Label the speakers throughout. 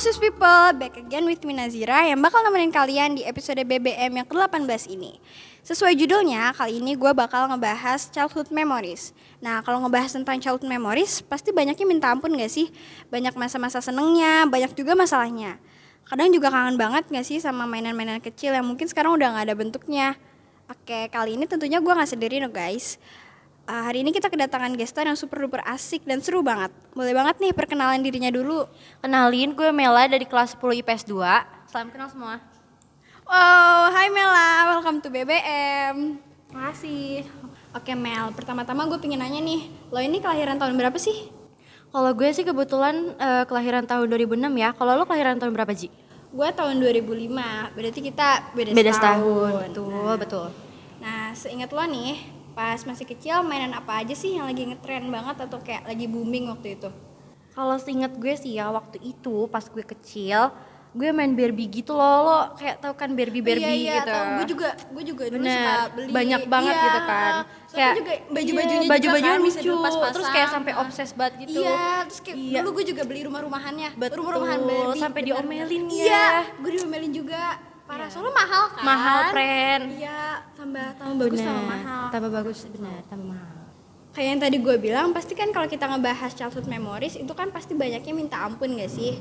Speaker 1: Sus People, back again with me Nazira yang bakal nemenin kalian di episode BBM yang ke-18 ini. Sesuai judulnya, kali ini gue bakal ngebahas childhood memories. Nah, kalau ngebahas tentang childhood memories, pasti banyaknya minta ampun gak sih? Banyak masa-masa senengnya, banyak juga masalahnya. Kadang juga kangen banget gak sih sama mainan-mainan kecil yang mungkin sekarang udah gak ada bentuknya. Oke, kali ini tentunya gue gak sendiri no guys. Uh, hari ini kita kedatangan gestar yang super duper asik dan seru banget. Boleh banget nih perkenalan dirinya dulu.
Speaker 2: Kenalin, gue Mela dari kelas 10 IPS 2. Salam kenal semua.
Speaker 1: Wow, hai Mela, welcome to BBM.
Speaker 2: Makasih.
Speaker 1: Oke Mel, pertama-tama gue pengen nanya nih, lo ini kelahiran tahun berapa sih?
Speaker 2: Kalau gue sih kebetulan eh, kelahiran tahun 2006 ya. Kalau lo kelahiran tahun berapa, Ji?
Speaker 1: Gue tahun 2005, berarti kita beda,
Speaker 2: Betul,
Speaker 1: Nah,
Speaker 2: betul.
Speaker 1: Nah, seingat lo nih, pas masih kecil mainan apa aja sih yang lagi ngetren banget atau kayak lagi booming waktu itu?
Speaker 2: Kalau seinget gue sih ya, waktu itu pas gue kecil, gue main Barbie gitu loh. Lo kayak tau kan Barbie-Barbie
Speaker 1: iya, iya,
Speaker 2: gitu.
Speaker 1: tahu. Gue juga, gue juga dulu
Speaker 2: Bener,
Speaker 1: suka beli.
Speaker 2: banyak banget
Speaker 1: Iya,
Speaker 2: gitu kan.
Speaker 1: soalnya juga baju-bajunya
Speaker 2: iya, baju-bajunya
Speaker 1: juga kan, bisa
Speaker 2: lucu,
Speaker 1: dilepas-pasang.
Speaker 2: terus kayak sampai
Speaker 1: Nah.
Speaker 2: obses banget gitu.
Speaker 1: Iya, terus kayak
Speaker 2: Iya.
Speaker 1: dulu gue juga beli rumah-rumahannya.
Speaker 2: Betul,
Speaker 1: Rumah-rumahan Barbie.
Speaker 2: sampai
Speaker 1: bener.
Speaker 2: diomelin ya. Iya.
Speaker 1: Iya, gue diomelin juga. Parah, soalnya mahal kan.
Speaker 2: Mahal, tren.
Speaker 1: Iya, tambah tambah bagus tambah mahal.
Speaker 2: Tambah bagus, benar, tambah mahal.
Speaker 1: Kayak yang tadi gue bilang, pasti kan kalau kita ngebahas childhood memories itu kan pasti banyaknya minta ampun gak sih?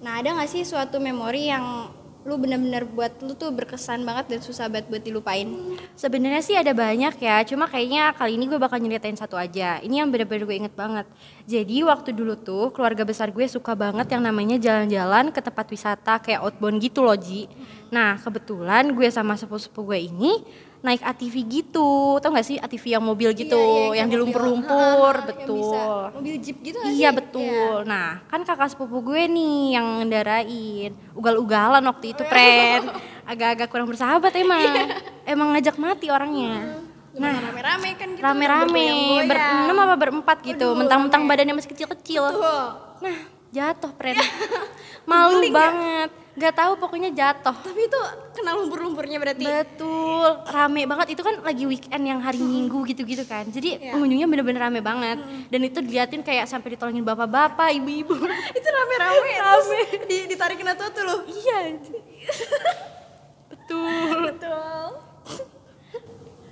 Speaker 1: Nah, ada gak sih suatu memori yang lu bener-bener buat lu tuh berkesan banget dan susah banget buat
Speaker 2: Hmm,
Speaker 1: dilupain?
Speaker 2: Sebenarnya sih ada banyak ya, cuma kayaknya kali ini gue bakal nyeritain satu aja. Ini yang bener-bener gue inget banget. Jadi waktu dulu tuh keluarga besar gue suka banget yang namanya jalan-jalan ke tempat wisata kayak outbound gitu loh Ji. Nah kebetulan gue sama sepupu-sepupu gue ini naik ATV gitu, tau gak sih ATV yang mobil gitu,
Speaker 1: Iya, iya, kayak
Speaker 2: yang di
Speaker 1: mobil, ah,
Speaker 2: lumpur-lumpur,
Speaker 1: ah, yang
Speaker 2: betul.
Speaker 1: bisa. Mobil jeep gitu gak sih?
Speaker 2: Iya betul. Nah kan kakak sepupu gue nih yang ngendarain ugal-ugalan waktu
Speaker 1: Oh, iya.
Speaker 2: itu, Pren. Agak-agak kurang bersahabat emang. emang ngajak mati orangnya.
Speaker 1: Nah,
Speaker 2: Nah
Speaker 1: rame-rame kan gitu.
Speaker 2: rame-rame
Speaker 1: bergoyang-goyang.
Speaker 2: berenam apa berempat gitu,
Speaker 1: Aduh,
Speaker 2: mentang-mentang
Speaker 1: rame.
Speaker 2: badannya masih kecil-kecil.
Speaker 1: Betul.
Speaker 2: Nah jatuh, Pren. Malu
Speaker 1: Guling ya?
Speaker 2: banget. Gak tahu pokoknya jatuh.
Speaker 1: Tapi itu kena lumpur-lumpurnya berarti.
Speaker 2: Betul, rame banget. Itu kan lagi weekend yang hari Minggu gitu-gitu kan. Jadi
Speaker 1: Iya.
Speaker 2: pengunjungnya bener-bener rame banget. Dan itu diliatin kayak sampai ditolongin bapak-bapak, ibu-ibu.
Speaker 1: itu rame-rame terus di, ditarikin atau tuh loh.
Speaker 2: Iya. Betul.
Speaker 1: Betul.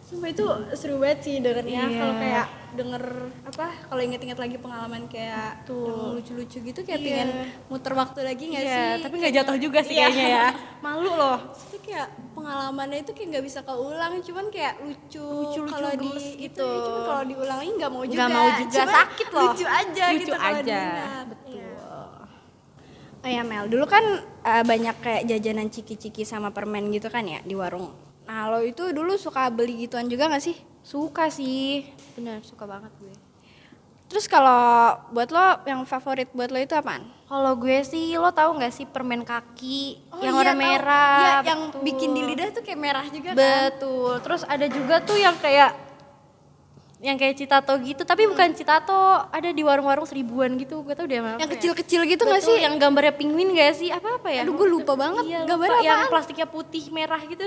Speaker 1: Sumpah itu seru banget sih dengernya
Speaker 2: Iya.
Speaker 1: kalau kayak denger apa kalau inget-inget lagi pengalaman kayak yang lucu-lucu gitu kayak pengen muter waktu lagi nggak
Speaker 2: Iya,
Speaker 1: sih?
Speaker 2: tapi nggak jatuh juga sih
Speaker 1: Iya.
Speaker 2: kayaknya ya. Malu loh.
Speaker 1: itu kayak pengalamannya itu kayak nggak bisa keulang cuman kayak lucu
Speaker 2: Lucu-lucu,
Speaker 1: kalau di
Speaker 2: gemes
Speaker 1: gitu
Speaker 2: gitu.
Speaker 1: ya, cuman kalau diulang lagi nggak mau juga
Speaker 2: Nggak mau juga,
Speaker 1: Cuman
Speaker 2: sakit loh.
Speaker 1: lucu aja
Speaker 2: Lucu
Speaker 1: gitu kalau
Speaker 2: aja,
Speaker 1: diingat.
Speaker 2: betul.
Speaker 1: Iya. oh ya Mel dulu kan eh, banyak kayak jajanan ciki-ciki sama permen gitu kan ya di warung nah lo itu dulu suka beli gituan juga nggak sih
Speaker 2: Suka sih. Bener, suka banget gue.
Speaker 1: terus kalau buat lo yang favorit buat lo itu apaan
Speaker 2: Kalau gue sih, lo tau nggak sih permen kaki
Speaker 1: iya,
Speaker 2: yang warna
Speaker 1: tahu.
Speaker 2: merah?
Speaker 1: Iya, yang
Speaker 2: Betul.
Speaker 1: bikin di lidah tuh kayak merah juga kan
Speaker 2: Betul. Terus ada juga tuh yang kayak yang kayak citato gitu, tapi
Speaker 1: Hmm.
Speaker 2: bukan citato, ada di warung-warung seribuan gitu. Gue tau dia apa.
Speaker 1: yang
Speaker 2: ya.
Speaker 1: kecil-kecil gitu nggak
Speaker 2: Betul,
Speaker 1: sih
Speaker 2: Yang gambarnya penguin gak sih? Apa apa ya?
Speaker 1: Aduh, gue lupa banget.
Speaker 2: Iya, lupa.
Speaker 1: Gambarnya
Speaker 2: yang
Speaker 1: apaan?
Speaker 2: plastiknya putih merah gitu.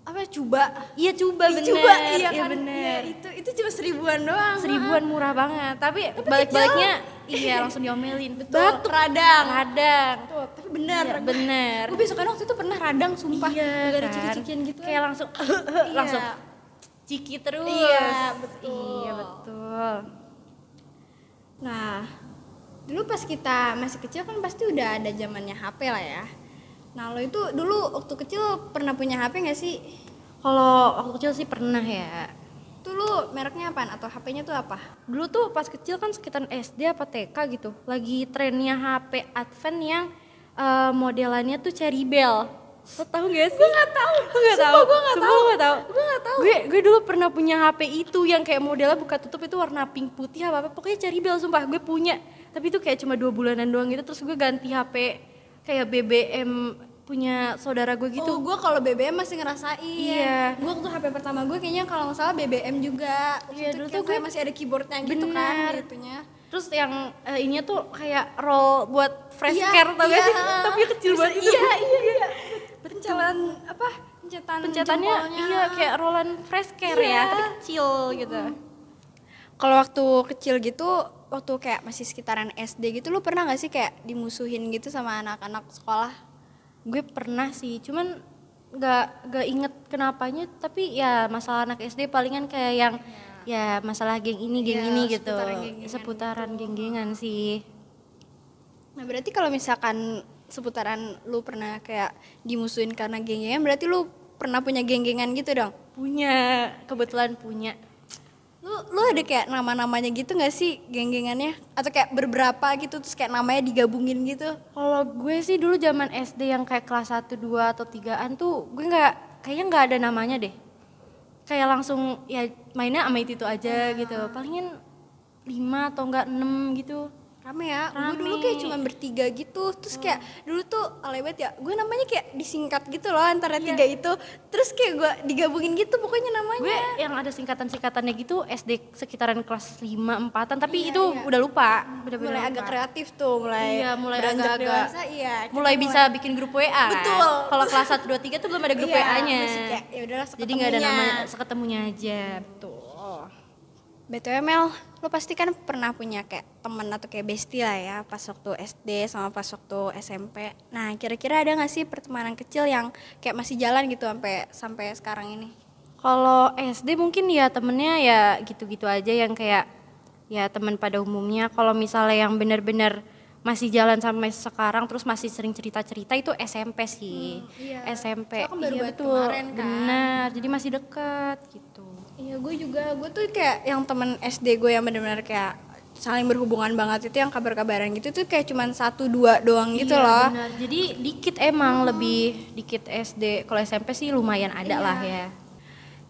Speaker 1: apa coba
Speaker 2: Iya coba bener.
Speaker 1: Coba iya kan. Iya,
Speaker 2: bener.
Speaker 1: itu itu cuma seribuan doang.
Speaker 2: Seribuan murah banget, tapi balik-baliknya iya langsung diomelin.
Speaker 1: Batu radang.
Speaker 2: Radang.
Speaker 1: Tuh, tapi bener.
Speaker 2: Iya,
Speaker 1: Gua-
Speaker 2: bener.
Speaker 1: Gua besok waktu itu pernah radang sumpah.
Speaker 2: Iya
Speaker 1: Gara-gara
Speaker 2: kan.
Speaker 1: cicik-cikian gitu.
Speaker 2: Kayak langsung
Speaker 1: Iya.
Speaker 2: langsung ciki terus.
Speaker 1: Iya, betul.
Speaker 2: Iya, betul.
Speaker 1: Nah, dulu pas kita masih kecil kan pasti udah ada zamannya HP lah ya. Nah, lo itu dulu waktu kecil pernah punya HP nggak sih?
Speaker 2: Kalau waktu kecil sih pernah ya.
Speaker 1: Tuh lu mereknya apaan atau HP-nya tuh apa?
Speaker 2: Dulu tuh pas kecil kan sekitaran SD apa TK gitu, lagi trennya HP Advent yang eh, modelannya tuh Cherry Bell. Lo tau gak sih? Gue gak tau. Lo gak
Speaker 1: Sumpah
Speaker 2: tau?
Speaker 1: gua nggak
Speaker 2: Sumpah
Speaker 1: tahu.
Speaker 2: lo nggak tahu.
Speaker 1: Gua nggak tahu.
Speaker 2: Gue, gue dulu pernah punya HP itu yang kayak modelnya buka tutup itu warna pink putih apa apa. Pokoknya Cherry Bell sumpah gue punya. Tapi itu kayak cuma dua bulanan doang gitu. Terus gue ganti HP kayak BBM punya saudara gue
Speaker 1: Gitu.
Speaker 2: gitu.
Speaker 1: gue kalau BBM masih ngerasain.
Speaker 2: Iya.
Speaker 1: Gue waktu HP pertama gue kayaknya kalau nggak salah BBM juga. Waktu
Speaker 2: Iya,
Speaker 1: itu
Speaker 2: dulu
Speaker 1: kayak
Speaker 2: tuh gue-
Speaker 1: kayak masih ada keyboardnya gitu kan,
Speaker 2: Bener.
Speaker 1: itunya.
Speaker 2: Terus yang eh, ininya tuh kayak roll buat fresh
Speaker 1: Iya,
Speaker 2: care tau gak
Speaker 1: iya.
Speaker 2: sih? Tapi kecil banget itu.
Speaker 1: Iya, iya, iya. Pencetan apa? Pencetan
Speaker 2: pencetannya
Speaker 1: jempolnya.
Speaker 2: iya kayak Roland Fresh Care
Speaker 1: Iya.
Speaker 2: ya tapi kecil gitu
Speaker 1: kalau waktu kecil gitu waktu kayak masih sekitaran SD gitu lu pernah gak sih kayak dimusuhin gitu sama anak-anak sekolah?
Speaker 2: Gue pernah sih, cuman gak, gak inget kenapanya tapi ya masalah anak SD palingan kayak yang ya masalah geng ini
Speaker 1: Ya,
Speaker 2: geng ini gitu
Speaker 1: Iya. seputaran geng-gengan
Speaker 2: seputaran geng-gengan sih
Speaker 1: Nah berarti kalau misalkan seputaran lu pernah kayak dimusuhin karena geng-gengan berarti lu pernah punya geng-gengan gitu dong?
Speaker 2: punya kebetulan punya
Speaker 1: Lu, lu ada kayak nama-namanya gitu gak sih geng-gengannya? Atau kayak berberapa gitu terus kayak namanya digabungin gitu?
Speaker 2: Kalau gue sih dulu zaman SD yang kayak kelas 1, 2 atau 3-an tuh gue nggak kayaknya nggak ada namanya deh. Kayak langsung ya mainnya sama itu, itu
Speaker 1: Iya.
Speaker 2: aja gitu. Palingan 5 atau enggak 6 gitu.
Speaker 1: Rame ya, gue dulu
Speaker 2: Rame.
Speaker 1: kayak cuma bertiga gitu Terus kayak dulu tuh alewet ya Gue namanya kayak disingkat gitu loh antara tiga itu Terus kayak gue digabungin gitu pokoknya namanya
Speaker 2: Gue yang ada singkatan-singkatannya gitu SD sekitaran kelas 5, 4-an
Speaker 1: Iya,
Speaker 2: tapi itu udah lupa. Bener-bener
Speaker 1: Mulai
Speaker 2: lupa.
Speaker 1: agak kreatif tuh mulai
Speaker 2: Iya, mulai
Speaker 1: beranjak
Speaker 2: agak-agak-
Speaker 1: dewasa iya kita
Speaker 2: mulai bisa bikin grup WA. kan.
Speaker 1: Betul.
Speaker 2: Kalau kelas 1, 2, 3 tuh belum ada grup
Speaker 1: Iya,
Speaker 2: WA-nya.
Speaker 1: masih kayak, ya udahlah,
Speaker 2: Jadi nggak ada
Speaker 1: seketemunya.
Speaker 2: namanya seketemunya aja. Betul.
Speaker 1: BTW Mel, lo pasti kan pernah punya kayak temen atau kayak bestie lah ya pas waktu SD sama pas waktu SMP. Nah, kira-kira ada nggak sih pertemanan kecil yang kayak masih jalan gitu sampai sampai sekarang ini?
Speaker 2: Kalau SD mungkin ya temennya ya gitu-gitu aja yang kayak ya teman pada umumnya. Kalau misalnya yang benar-benar masih jalan sampai sekarang terus masih sering cerita-cerita itu SMP sih.
Speaker 1: iya.
Speaker 2: SMP.
Speaker 1: Soalnya kan baru
Speaker 2: iya
Speaker 1: banget
Speaker 2: betul.
Speaker 1: kemarin kan.
Speaker 2: Benar. Jadi masih dekat gitu.
Speaker 1: Iya, gue juga. Gue tuh kayak yang temen SD gue yang benar-benar kayak saling berhubungan banget itu yang kabar-kabaran gitu tuh kayak cuman satu dua doang gitu
Speaker 2: Iya,
Speaker 1: loh. Hmm.
Speaker 2: benar. Jadi dikit emang lebih dikit SD. Kalau SMP sih lumayan
Speaker 1: Iya.
Speaker 2: ada lah ya.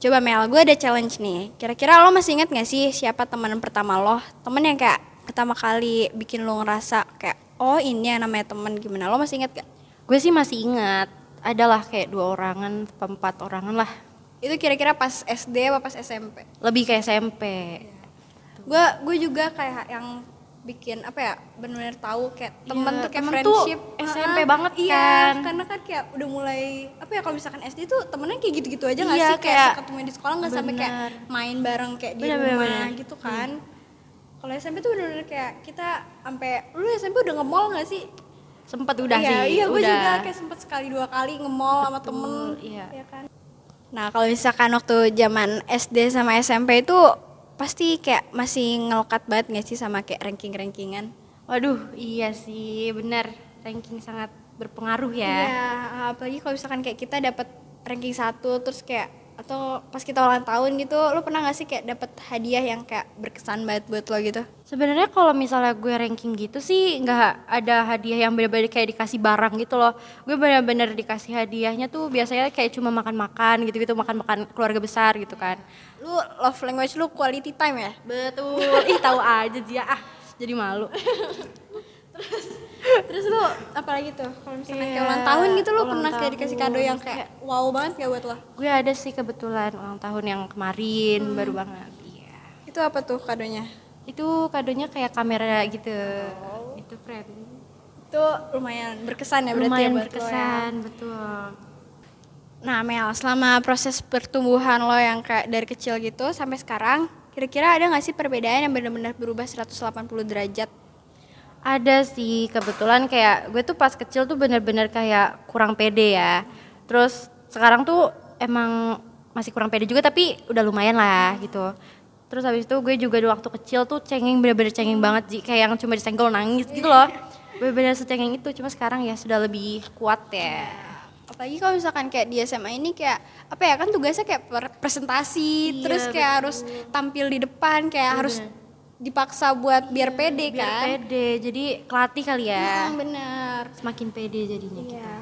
Speaker 1: Coba Mel, gue ada challenge nih. Kira-kira lo masih ingat gak sih siapa teman pertama lo? Temen yang kayak pertama kali bikin lo ngerasa kayak oh ini yang namanya temen gimana? Lo masih ingat gak?
Speaker 2: Gue sih masih ingat adalah kayak dua orangan, apa empat orangan lah.
Speaker 1: Itu kira-kira pas SD apa pas SMP?
Speaker 2: Lebih ke SMP.
Speaker 1: Iya. Gue gue Gitu. juga kayak yang bikin apa ya benar-benar tahu kayak temen
Speaker 2: Iya,
Speaker 1: tuh kayak
Speaker 2: temen tuh
Speaker 1: friendship
Speaker 2: SMP
Speaker 1: Heeh.
Speaker 2: banget
Speaker 1: iya,
Speaker 2: kan.
Speaker 1: karena kan kayak udah mulai apa ya kalau misalkan SD tuh temennya kayak gitu-gitu aja nggak
Speaker 2: Iya,
Speaker 1: sih kayak
Speaker 2: kayak-
Speaker 1: ketemu di sekolah nggak sampai kayak
Speaker 2: Bener.
Speaker 1: main bareng kayak di
Speaker 2: Bener, bener,
Speaker 1: rumah
Speaker 2: bener. Iya.
Speaker 1: gitu kan kalau SMP tuh bener-bener kayak kita sampai lu SMP udah nge-mall nggak sih
Speaker 2: Sempet udah
Speaker 1: iya,
Speaker 2: sih.
Speaker 1: iya gue
Speaker 2: udah.
Speaker 1: juga kayak sempet sekali dua kali nge-mall sama temen
Speaker 2: iya.
Speaker 1: ya kan nah kalau misalkan waktu zaman SD sama SMP itu pasti kayak masih ngelokat banget nggak sih sama kayak ranking-rankingan
Speaker 2: Waduh, iya sih, benar. Ranking sangat berpengaruh ya.
Speaker 1: Iya, apalagi kalau misalkan kayak kita dapat ranking satu terus kayak atau pas kita ulang tahun gitu, lo pernah gak sih kayak dapat hadiah yang kayak berkesan banget buat lo gitu?
Speaker 2: Sebenarnya kalau misalnya gue ranking gitu sih nggak ada hadiah yang benar-benar kayak dikasih barang gitu loh. Gue benar-benar dikasih hadiahnya tuh biasanya kayak cuma makan-makan gitu-gitu, makan-makan keluarga besar gitu kan.
Speaker 1: Lu love language lu quality time ya?
Speaker 2: Betul. Ih, tahu aja dia ah. Jadi malu.
Speaker 1: Terus lu apalagi tuh kalau misalkan kayak
Speaker 2: Iya,
Speaker 1: ulang tahun gitu lo
Speaker 2: ulang
Speaker 1: pernah kayak dikasih kado
Speaker 2: tahun.
Speaker 1: yang kayak wow banget gak buat lo?
Speaker 2: Gue ada sih kebetulan ulang tahun yang kemarin
Speaker 1: Hmm.
Speaker 2: baru banget. Iya.
Speaker 1: Itu apa tuh kadonya?
Speaker 2: Itu kadonya kayak kamera gitu. Itu friend.
Speaker 1: Itu lumayan berkesan ya Oh. berarti
Speaker 2: lumayan
Speaker 1: ya buat lo ya?
Speaker 2: berkesan betul
Speaker 1: Nah Mel, selama proses pertumbuhan lo yang kayak dari kecil gitu sampai sekarang, kira-kira ada gak sih perbedaan yang benar-benar berubah 180 derajat?
Speaker 2: ada sih kebetulan kayak gue tuh pas kecil tuh bener-bener kayak kurang pede ya terus sekarang tuh emang masih kurang pede juga tapi udah lumayan lah gitu terus habis itu gue juga di waktu kecil tuh cengeng bener-bener cengeng banget Ji. kayak yang cuma disenggol nangis gitu loh bener-bener secengeng itu cuma sekarang ya sudah lebih kuat ya
Speaker 1: apalagi kalau misalkan kayak di SMA ini kayak apa ya kan tugasnya kayak per- presentasi
Speaker 2: Iya,
Speaker 1: terus kayak harus tampil di depan kayak harus dipaksa buat Iya. biar pede kan
Speaker 2: biar pede jadi kelatih Iya kali
Speaker 1: Ah,
Speaker 2: ya
Speaker 1: bener
Speaker 2: semakin pede jadinya kita.
Speaker 1: iya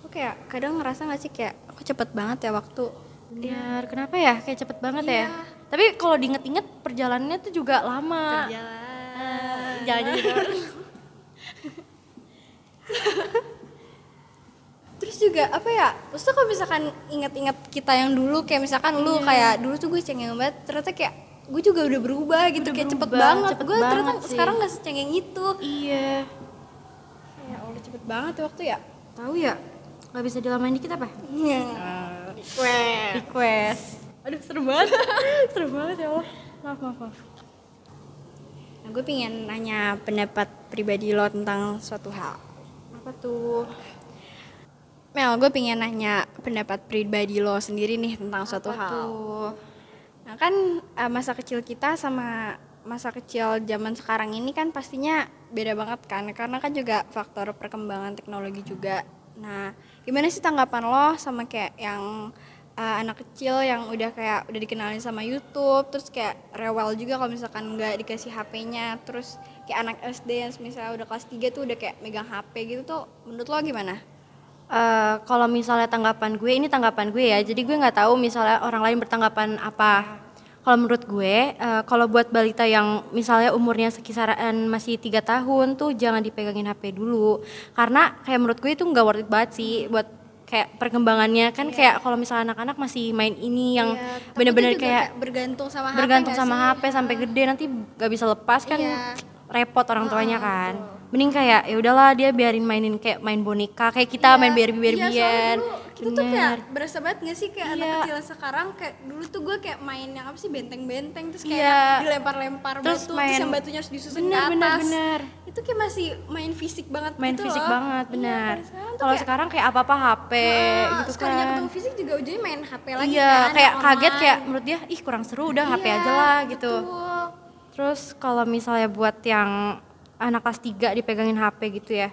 Speaker 1: aku kayak kadang ngerasa gak sih kayak aku cepet banget ya waktu
Speaker 2: Benar, kenapa ya? Kayak cepet banget
Speaker 1: Iya.
Speaker 2: ya. Tapi kalau diinget-inget perjalanannya tuh juga lama.
Speaker 1: jalan
Speaker 2: Jalan-jalan.
Speaker 1: terus juga apa ya terus tuh kalau misalkan inget-inget kita yang dulu kayak misalkan lu kayak dulu tuh gue cengeng banget ternyata kayak gue juga udah berubah gitu
Speaker 2: Udah
Speaker 1: kayak cepet
Speaker 2: berubah,
Speaker 1: banget
Speaker 2: cepet
Speaker 1: gue ternyata
Speaker 2: banget sih.
Speaker 1: sekarang gak secengeng itu
Speaker 2: iya.
Speaker 1: ya allah cepet banget waktu ya
Speaker 2: Tahu ya? Gak bisa dilamain dikit apa?
Speaker 1: Iya. Eh, Weh.
Speaker 2: Request. Aduh, seru banget. seru banget ya Allah. Maaf, maaf, maaf.
Speaker 1: Nah, gue pengen nanya pendapat pribadi lo tentang suatu hal.
Speaker 2: Apa tuh?
Speaker 1: Mel, gue pengen nanya pendapat pribadi lo sendiri nih tentang suatu
Speaker 2: Apa
Speaker 1: hal.
Speaker 2: tuh?
Speaker 1: Nah kan eh, masa kecil kita sama masa kecil zaman sekarang ini kan pastinya beda banget kan karena kan juga faktor perkembangan teknologi juga. Nah gimana sih tanggapan lo sama kayak yang eh, anak kecil yang udah kayak udah dikenalin sama YouTube terus kayak rewel juga kalau misalkan nggak dikasih HP-nya terus kayak anak SD yang misalnya udah kelas 3 tuh udah kayak megang HP gitu tuh menurut lo gimana?
Speaker 2: Eh, kalau misalnya tanggapan gue ini tanggapan gue ya jadi gue nggak tahu misalnya orang lain bertanggapan apa kalau menurut gue eh, kalau buat balita yang misalnya umurnya sekisaran masih tiga tahun tuh jangan dipegangin hp dulu karena kayak menurut gue itu nggak worth it banget sih buat kayak perkembangannya kan kayak kalau misalnya anak-anak masih main ini yang
Speaker 1: Ya, Iya. takutnya
Speaker 2: bener-bener
Speaker 1: juga
Speaker 2: kayak
Speaker 1: bergantung sama HP
Speaker 2: bergantung
Speaker 1: nggak
Speaker 2: sama
Speaker 1: sih?
Speaker 2: HP sampai gede nanti gak bisa lepas kan
Speaker 1: Iya.
Speaker 2: repot orang tuanya kan. Mending kayak ya udahlah dia biarin mainin kayak main boneka kayak kita main
Speaker 1: biar
Speaker 2: biar biar
Speaker 1: Iya,
Speaker 2: biar.
Speaker 1: Kita tuh kayak berasa banget gak sih kayak anak
Speaker 2: Iya.
Speaker 1: kecil sekarang kayak dulu tuh gue kayak main yang apa sih benteng-benteng terus kayak
Speaker 2: Iya.
Speaker 1: dilempar-lempar
Speaker 2: Terus
Speaker 1: batu terus
Speaker 2: main-
Speaker 1: yang batunya harus disusun ke
Speaker 2: Bener,
Speaker 1: atas.
Speaker 2: bener, bener.
Speaker 1: Itu kayak masih main fisik banget
Speaker 2: main
Speaker 1: gitu
Speaker 2: fisik
Speaker 1: loh.
Speaker 2: banget
Speaker 1: Iya,
Speaker 2: benar.
Speaker 1: kalau sekarang tuh
Speaker 2: Kalau
Speaker 1: kayak,
Speaker 2: sekarang kayak apa-apa HP
Speaker 1: "Ah,
Speaker 2: gitu
Speaker 1: sekalinya
Speaker 2: kan.
Speaker 1: ketemu fisik juga ujungnya main HP lagi
Speaker 2: Iya,
Speaker 1: kan,
Speaker 2: kayak
Speaker 1: yang
Speaker 2: kaget
Speaker 1: online.
Speaker 2: kayak menurut dia ih kurang seru udah HP
Speaker 1: Iya,
Speaker 2: aja lah gitu.
Speaker 1: betul.
Speaker 2: Terus kalau misalnya buat yang anak kelas 3 dipegangin HP gitu ya.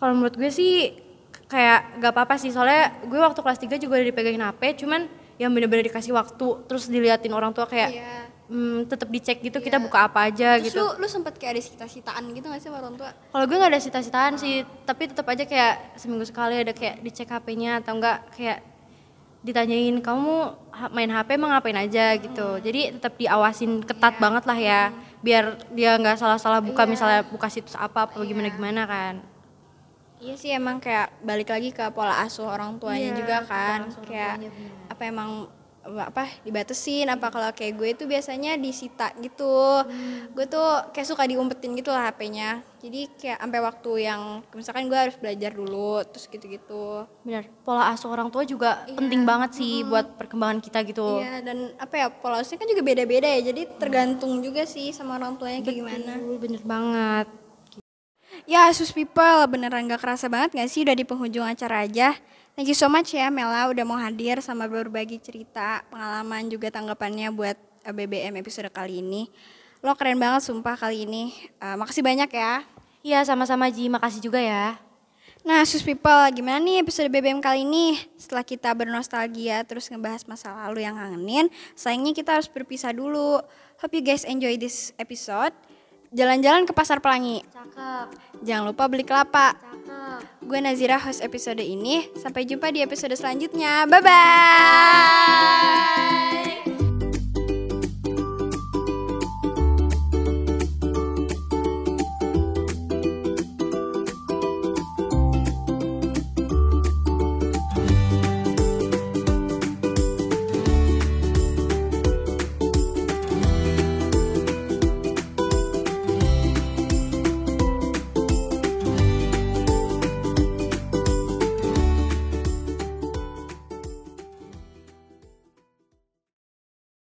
Speaker 2: Kalau menurut gue sih k- kayak gak apa-apa sih soalnya gue waktu kelas 3 juga udah dipegangin HP cuman yang bener-bener dikasih waktu terus diliatin orang tua kayak
Speaker 1: Iya.
Speaker 2: "Hmm, tetep dicek gitu kita
Speaker 1: Iya.
Speaker 2: buka apa aja
Speaker 1: Terus
Speaker 2: gitu.
Speaker 1: lu, lu sempet kayak ada sita-sitaan gitu gak sih sama orang tua?
Speaker 2: Kalau gue nggak ada cita-citaan sih, tapi tetap aja kayak seminggu sekali ada kayak dicek HP-nya atau enggak kayak ditanyain kamu ha- main HP emang ngapain aja gitu. Jadi tetap diawasin ketat banget lah ya, biar dia nggak salah-salah buka misalnya buka situs apa apa gimana gimana kan.
Speaker 1: Iya sih emang kayak balik lagi ke pola asuh orang tuanya
Speaker 2: Iya,
Speaker 1: juga
Speaker 2: ke pola
Speaker 1: kan
Speaker 2: asuh orang
Speaker 1: kayak
Speaker 2: tuanya, benar.
Speaker 1: apa emang apa dibatesin apa kalau kayak gue tuh biasanya disita gitu
Speaker 2: Hmm.
Speaker 1: gue tuh kayak suka diumpetin gitu lah HP-nya jadi kayak sampai waktu yang misalkan gue harus belajar dulu terus gitu-gitu
Speaker 2: Bener, pola asuh orang tua juga penting banget sih buat perkembangan kita gitu.
Speaker 1: iya dan apa ya pola asuhnya kan juga beda-beda ya jadi tergantung juga sih sama orang tuanya kayak gimana
Speaker 2: Betul, Bener banget.
Speaker 1: Ya, Asus People, beneran gak kerasa banget gak sih udah di penghujung acara aja? Thank you so much ya Mela udah mau hadir sama berbagi cerita, pengalaman juga tanggapannya buat eh, BBM episode kali ini. Lo keren banget sumpah kali ini. Eh, makasih banyak ya.
Speaker 2: Iya sama-sama Ji, makasih juga ya.
Speaker 1: Nah, Asus People, gimana nih episode BBM kali ini? Setelah kita bernostalgia terus ngebahas masa lalu yang ngangenin, sayangnya kita harus berpisah dulu. Hope you guys enjoy this episode. Jalan-jalan ke Pasar Pelangi.
Speaker 2: Cakep,
Speaker 1: Jangan lupa beli kelapa.
Speaker 2: cakep.
Speaker 1: Gue Nazira host episode ini. Sampai jumpa di episode selanjutnya. Bye bye.